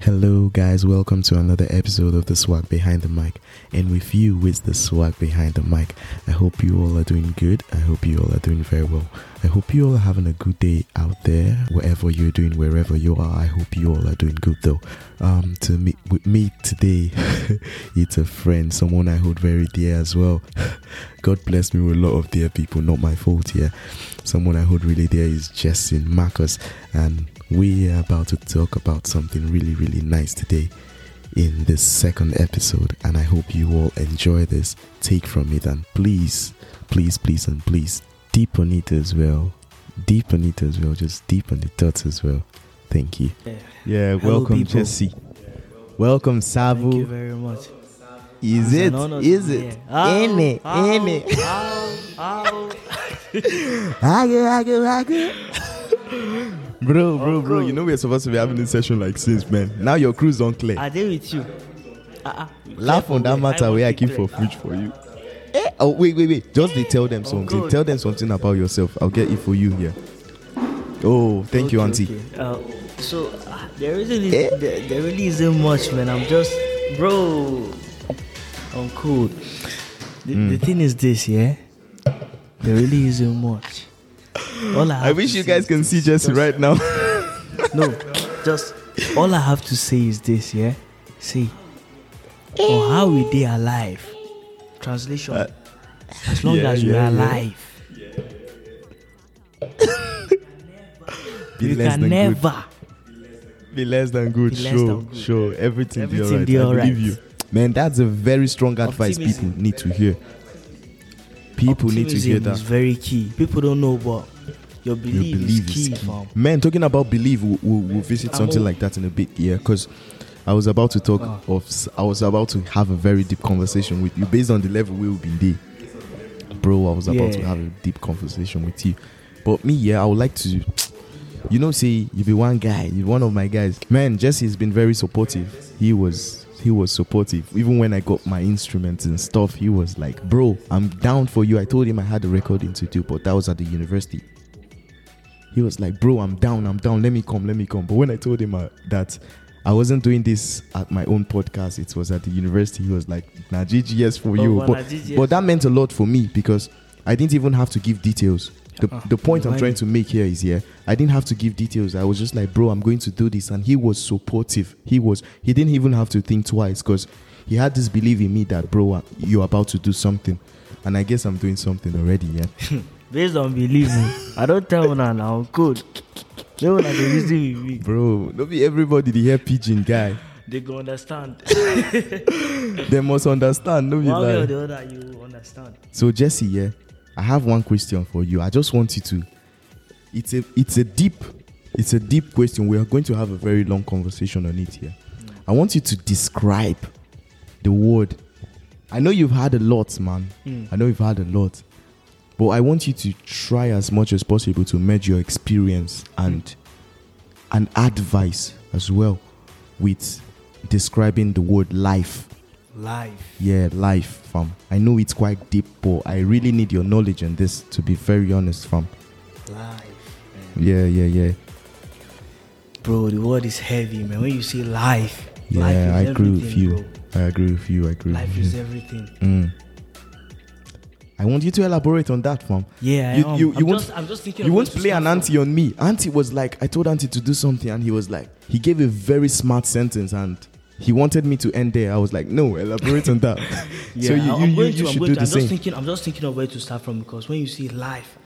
Hello, guys. Welcome to another episode of the Swag Behind the Mic. And with you is the Swag Behind the Mic. I hope you all are doing good. I hope you all are doing very well. I hope you all are having a good day out there, wherever you're doing, wherever you are. I hope you all are doing good though. Um, to me, with me today, it's a friend, someone I hold very dear as well. God bless me with a lot of dear people. Not my fault here. Someone I hold really dear is Justin Marcus, and we are about to talk about something really, really nice today in this second episode. And I hope you all enjoy this. Take from it and please, please, please, and please deep on it as well. Deep on it as well. Just deep on the thoughts as well. Thank you. Yeah, Hello, welcome, people. Jesse. Welcome, Thank you Sabu. very much. Is It's it? an honor to Is be it? here. Ow, In it? ow, In it? ow, ow. Hagu, hagu, hagu. Bro, bro, bro, you know we're supposed to be having this session like since, man. Now your crews don't clear. Are they with you? Uh-uh. Laugh on that matter where I keep for fridge for you. Eh? Oh, wait, wait, wait. Just they tell them something. God. Tell them something about yourself. I'll get it for you here. Oh, thank you, Okay, Auntie. okay. Uh, so uh, there really, Eh? there, there really isn't much, man. I'm just, bro. I'm cool. The, Hmm. the thing is this, yeah. There really isn't much. All I, I have wish to you say guys is can this. see Jesse Just- right now. No, just all I have to say is this, yeah. See, Eh. or how we they alive? Translation: As long Uh, yeah, as we yeah, are yeah. alive, be we less than can good. never. Be less than good. Be less sure, than good. sure. Everything, be Everything alright. be I alright. believe you, man. That's a very strong advice Optimism. people need to hear. People need to hear Optimism is that. very key. People don't know, but your Your belief, belief is key. is key. fam. Man, talking about belief, we'll, we'll, we'll visit I'm something all- like that in a bit, yeah. Because I was about to talk Ah. of, s- I was about to have a very deep conversation with you based on the level we will be there, bro. I was about to Yeah. have a deep conversation with you, but me, yeah, I would like to, you know, say you be one guy, you one of my guys. Man, Jesse has been very supportive. He was. He was supportive. Even when I got my instruments and stuff, he was like, Bro, I'm down for you. I told him I had a recording to do, but that was at the university he was like, "Bro, I'm down, I'm down. Let me come, let me come." But when I told him uh, that I wasn't doing this at my own podcast, it was at the university. He was like, "Nah, GGS for Oh, you." well, but na GGS. but that meant a lot for me because I didn't even have to give details. The, Ah, the point I'm why- trying to make here is yeah, I didn't have to give details. I was just like, "Bro, I'm going to do this," and he was supportive. He was. He didn't even have to think twice because he had this belief in me that, "Bro, uh, you're about to do something," and I guess I'm doing something already. Yeah. Based on belief, oh. I don't tell una now. I'm good. They wanna be reason with me. Bro, not be everybody the hair pigeon guy. They go understand. they must understand, no be One way or lie. the other, you will understand. So Jesse, yeah, I have one question for you. I just want you to. It's a it's a deep, it's a deep question. We are going to have a very long conversation on it here. I want you to describe the word. I know you've had a lot, man. I know you've had a lot, but I want you to try as much as possible to merge your experience and and advice as well with describing the word life. Life. Yeah, life, fam. I know it's quite deep, but I really need your knowledge on this, to be very honest, fam. Life. Yeah, yeah, yeah. Bro, the word is heavy, man. When you say life, Yeah, life is I agree with everything, you. bro. I agree with you. I agree Life with is you. everything. Mm. I want you to elaborate on that, fam. Yeah, I You- you- am. you I'm, won't- just, I'm just thinking. You of won't where to play an start auntie on me. Auntie was like, I told auntie to do something, and he was like, he gave a very smart sentence, and he wanted me to end there. I was like, no, elaborate on that. from. Yeah, so you, I- you, I'm you, going you to. I'm should do going to. the I'm just same. thinking. I'm just thinking of where to start from because when you see life,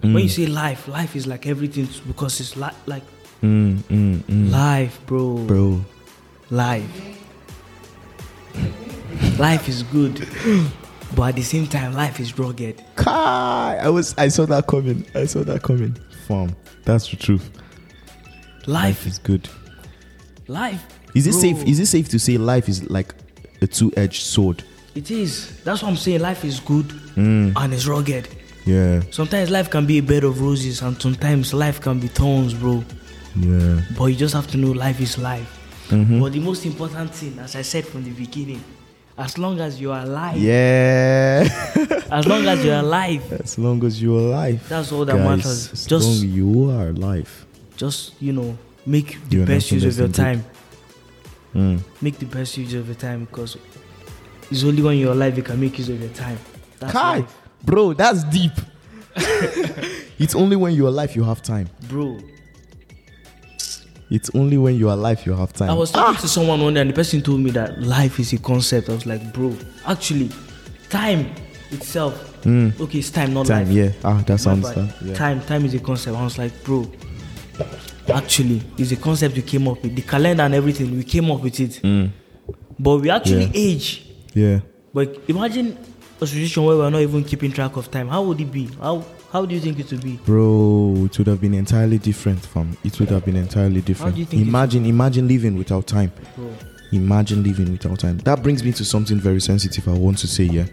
when you see life, life is like everything t- because it's li- like Mm, mm, mm. life, bro. Bro, Life. life is good, but at the same time, life is rugged. Kai, I was I saw that coming. I saw that coming. Fam, that's the truth. Life Life. is good. Life. Is it bro, safe? Is it safe to say life is like a two-edged sword? It is. That's what I'm saying. Life is good Mm, and it's rugged. yeah, Sometimes life can be a bed of roses, and sometimes life can be thorns, bro. yeah. But you just have to know life is life. Mhm. But the most important thing, as I said from the beginning, as long as you are alive, Yeah. as long as you are alive, as long as you're alive. That's all that guys, matters. As Just- long you are alive. just you know, make the You are best not use of your understand time. Mm. Make the best use of your time because it's only when you're alive you can make use of your time. That's Kai, life, bro, that's deep. it's only when you're alive you have time. bro. It's only when you're alive you have time. I was talking to someone one day and the person told me that life is a concept. I was like, bro, actually, time itself. Mm. Okay, it's time, not time, life. yeah. Ah, that My sounds. bad. that- yeah. Time, time is a concept. I was like, bro, actually, it's a concept we came up with. The calendar and everything, we came up with it. Mm. But we actually Yeah. age. Yeah. But imagine a situation where we're not even keeping track of time. How would it be? How how do you think it would be? Bro, it would have been entirely different from. It would have been entirely different. do you think it- imagine, imagine living without time. Bro, Imagine living without time. That brings me to something very sensitive. I want to say, yeah.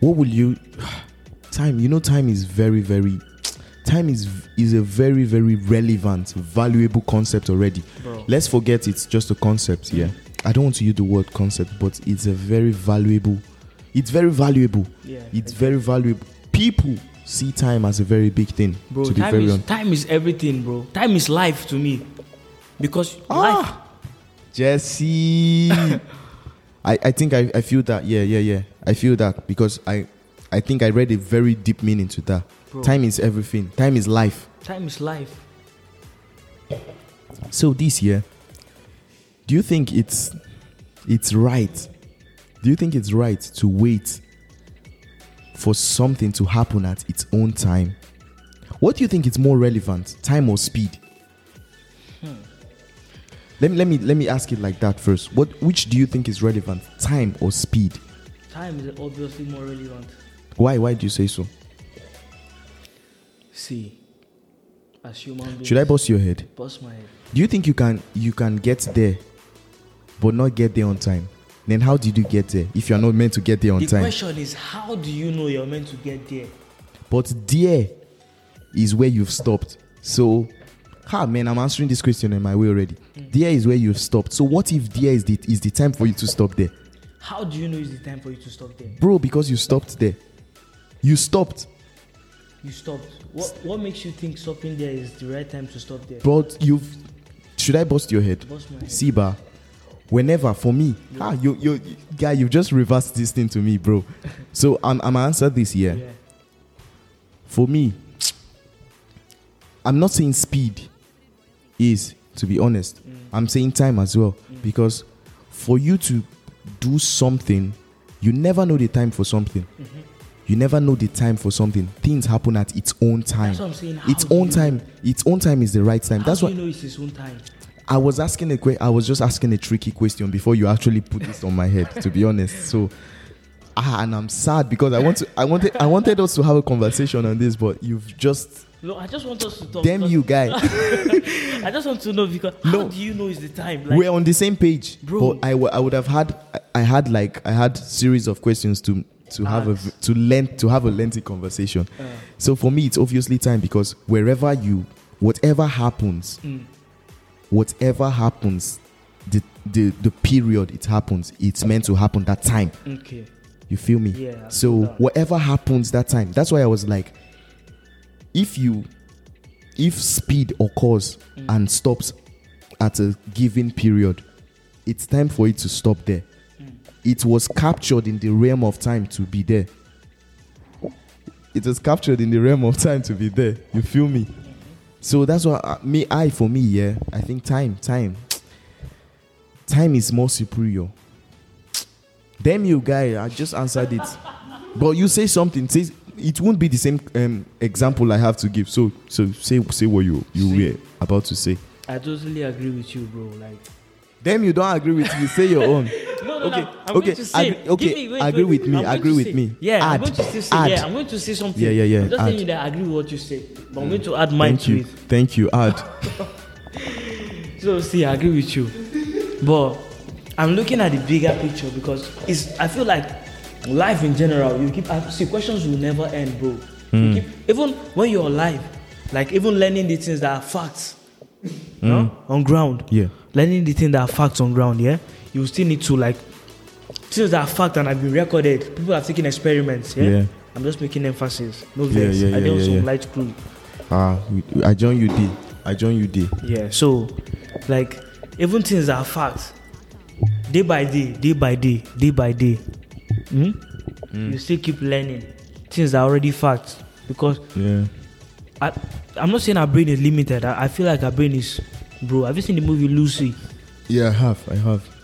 What will you? Time. You know, time is very, very. Time is is a very, very relevant, valuable concept already. bro. Let's forget it's just a concept, yeah. I don't want to use the word concept, but it's a very valuable. It's very valuable. Yeah. It's very valuable. People see time as a very big thing. bro, to be time very is honest. time is everything, bro. Time is life to me. Because life Ah, Jesse. I, I think I, I feel that. Yeah, yeah, yeah. I feel that because I I think I read a very deep meaning to that. Bro. Time is everything. Time is life. time is life. So this year, do you think it's it's right? Do you think it's right to wait for something to happen at its own time? What do you think is more relevant, time or speed? Hmm. Let me let me let me ask it like that first. What which do you think is relevant, time or speed? Time is obviously more relevant. Why why do you say so? See. As human beings. Should I bust your head? bust my head? Do you think you can you can get there, but not get there on time? Then how did you get there if you are not meant to get there on The time? question is how do you know you're meant to get there? But there is where you've stopped. So, ah man, I'm answering this question in my way already. There is where you've stopped. So what if there is the is the time for you to stop there, How do you know it's the time for you to stop there? bro? Because you stopped there. You stopped, You stopped. What what makes you think stopping there is the right time to stop there? but you've. Should I bust your head? Bust my head. Siba, whenever for me, ah, you, you, you- guy, you just reversed this thing to me, bro. so I'm, I'm answer this here. Yeah. for me, I'm not saying speed is, to be honest. Mm. I'm saying time as well. Because for you to do something, you never know the time for something. Mm-hmm. You never know the time for something. Things happen at its own time. That's what I'm saying. How Its do own you- time. Its own time is the right time. How That's do why you know it's his own time. I was asking a que- I was just asking a tricky question before you actually put this on my head. To be honest, so ah, and I'm sad because I want to. I wanted. I wanted us to have a conversation on this, but you've just No, I just want us to talk. damn because- you, guy. I just want to know because No. how do you know it's the time? Like, We're on the same page, Bro. But I, w- I would have had. I- I had like I had series of questions to to have a v- to length to have a lengthy conversation. Uh. So for me, it's obviously time because wherever you, whatever happens, Mm. whatever happens, the, the the period it happens, it's meant to happen that time. okay, You feel me? Yeah, I So feel that. whatever happens that time, that's why I was like, if you, if speed occurs Mm. and stops at a given period, it's time for it to stop there. Mm. It was captured in the realm of time to be there. It was captured in the realm of time to be there. You feel me? Mm-hmm. So that's why uh, me, I for me, yeah. I think time, time, time is more superior. Damn you, guy! I just answered it, but you say something. Say it won't be the same um, example I have to give. So, so say say what you you Say. were about to say. I totally agree with you, bro. Like, Damn, you don't agree with me. Say your own. no, no, Okay, no. I'm okay, going to say, agree- okay, give me- wait, agree wait, with me, I'm going agree to with say- me. Yeah, I'm Add, going to still say, add. yeah, I'm going to say something. Yeah, yeah, yeah, I'm just add. Mm. telling you that I agree with what you say, but I'm going to add mine Thank to you, it. thank you. Ad, So see, I agree with you, but I'm looking at the bigger picture because it's. I feel like life in general. You keep ask- see questions will never end, bro. Hmm. You keep, even when you're alive, like even learning the things that are facts, no, on ground. Hmm. Yeah. learning the things that are facts on ground. Yeah, you still need to like things that are fact and have been recorded. People have taken experiments. Yeah. Yeah. I'm just making emphasis. No Yeah, vex. yeah, yeah, I don't yeah, some yeah. light crew. ah, we- I join you D. I join you D. Yeah, so like even things that are facts, day by day, day by day, day by day, hmm? you still keep learning. Things are already facts because Yeah. I, I'm not saying our brain is limited. I, I feel like our brain is, bro. Have you seen the movie Lucy? Yeah, I have. I have.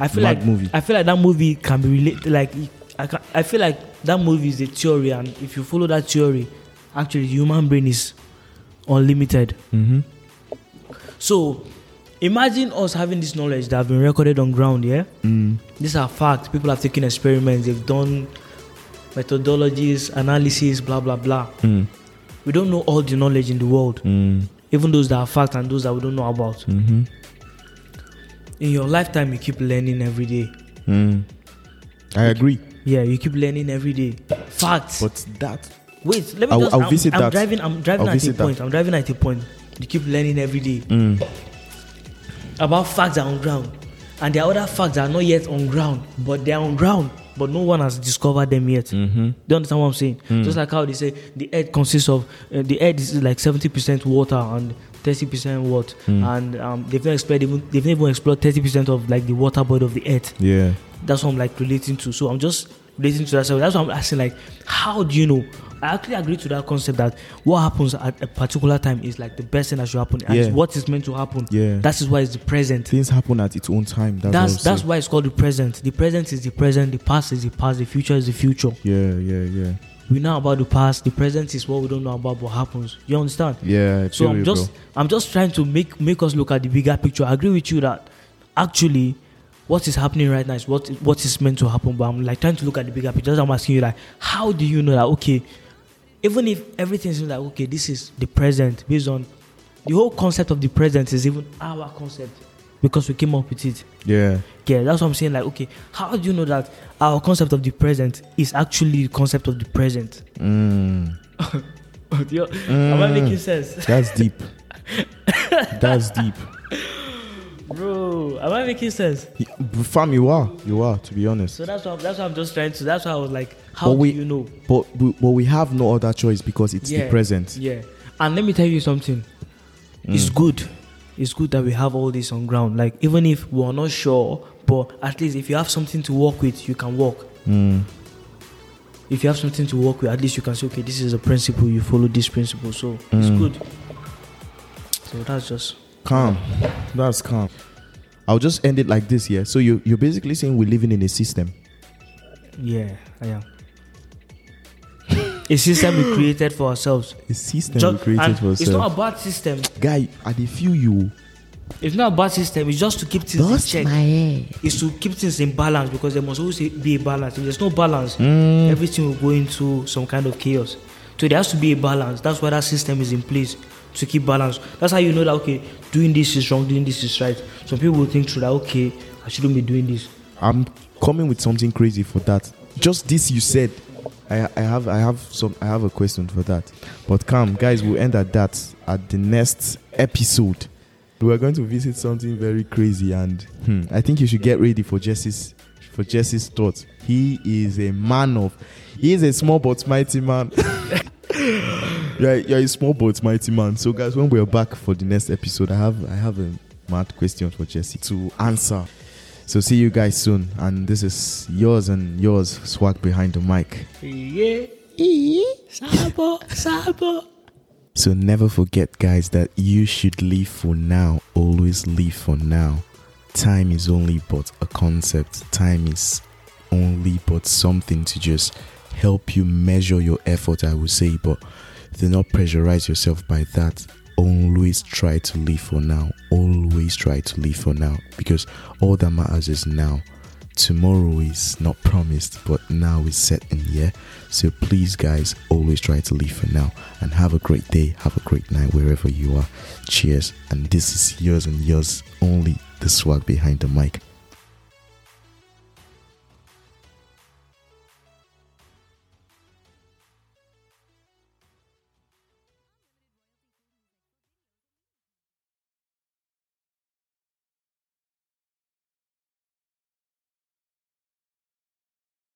I feel Mad like movie. I feel like that movie can be related. Like I, can, I feel like that movie is a theory, and if you follow that theory, actually the human brain is unlimited. Mm-hmm. So imagine us having this knowledge that have been recorded on ground. Yeah, Mm. these are facts. People have taken experiments. They've done methodologies, analysis, blah blah blah. Mm. We don't know all the knowledge in the world, Mm. even those that are facts and those that we don't know about. Mm-hmm. In your lifetime, you keep learning every day. Mm. I agree. Yeah, you keep learning every day. Facts. But that. Wait, let me I'll- just. I'll am visit I'm that. driving. I'm driving I'll at a visit that. point. I'm driving at a point. You keep learning every day Mm. about facts that are on ground, and there are other facts that are not yet on ground, but they are on ground, but no one has discovered them yet. Mm-hmm. Mm. Do you understand what I'm saying? Just like how they say the earth consists of uh, the earth is like 70% water and 30% what, Mm. and um, they've not explored even they've not even explored 30% of like the water body of the earth. Yeah. that's what I'm like relating to. So I'm just relating to that. So that's what I'm asking. Like, how do you know? I actually agree to that concept that what happens at a particular time is like the best thing that should happen, and Yeah. it's what is meant to happen. Yeah. That is why it's the present. Things happen at its own time. That's That's what I'm that's why it's called the present. The present is the present. The past is the past. The future is the future. saying. Yeah. Yeah. Yeah. We know about the past. The present is what we don't know about what happens. You understand? Yeah. I So feel I'm you, just I'm just trying to make make us look at the bigger picture. I agree with you that actually what is happening right now is what what is meant to happen. But I'm like trying to look at the bigger picture. That's why I'm asking you like, how do you know that okay, even if everything's like okay, this is the present based on the whole concept of the present is even our concept because we came up with it. bro. Yeah. Yeah, that's what I'm saying. Like, okay, how do you know that our concept of the present is actually the concept of the present? Mm. Do you- Am I making sense? That's deep. that's deep. Bro, am I making sense? Y- Fam, you are. You are. To be honest. So that's what that's what I'm just trying to. That's why I was like, how But we- do you know? But we, but we have no other choice because it's the present. Mm. Yeah. And let me tell you something. It's good. It's good that we have all this on ground. Like even if we're not sure, but at least if you have something to work with, you can work. Mm. If you have something to work with, at least you can say, okay, this is a principle. You follow this principle, so it's Mm. good. So that's just Calm. That's calm. I'll just end it like this, yeah. So you you're basically saying we're living in a system. yeah. I am. A system we created for ourselves. A system Ju- we created and for it's not ourselves. a bad system. Guy, I dey feel you. It's not a bad system. It's just to keep things That's in check. It's to keep things in balance because there must always be a balance. If there's no balance, everything will go into some kind of chaos. So there has to be a balance. That's why that system is in place to keep balance. That's how you know that okay, doing this is wrong, doing this is right. Some people will think through that okay, I shouldn't be doing this. I'm coming with something crazy for that. Just this you said. I, I have I have some I have a question for that. But come, guys, we'll end at that at the next episode. We are going to visit something very crazy, and hmm, I think you should get ready for Jesse's for Jesse's thoughts. He is a man of, he is a small but mighty man. you're, you're a small but mighty man. So guys, when we're back for the next episode, I have I have a mad question for Jesse to answer. So see you guys soon. And this is yours and yours swag behind the mic. Yeah. Sabo, sabo. So never forget, guys, that you should live for now. Always live for now. Time is only but a concept. Time is only but something to just help you measure your effort, I would say. But do not pressurize yourself by that. Always try to live for now. Always try to live for now because all that matters is now. Tomorrow is not promised, but now is set in yeah. So please, guys, always try to live for now and have a great day, have a great night wherever you are. Cheers, and this is yours and yours only the swag behind the mic.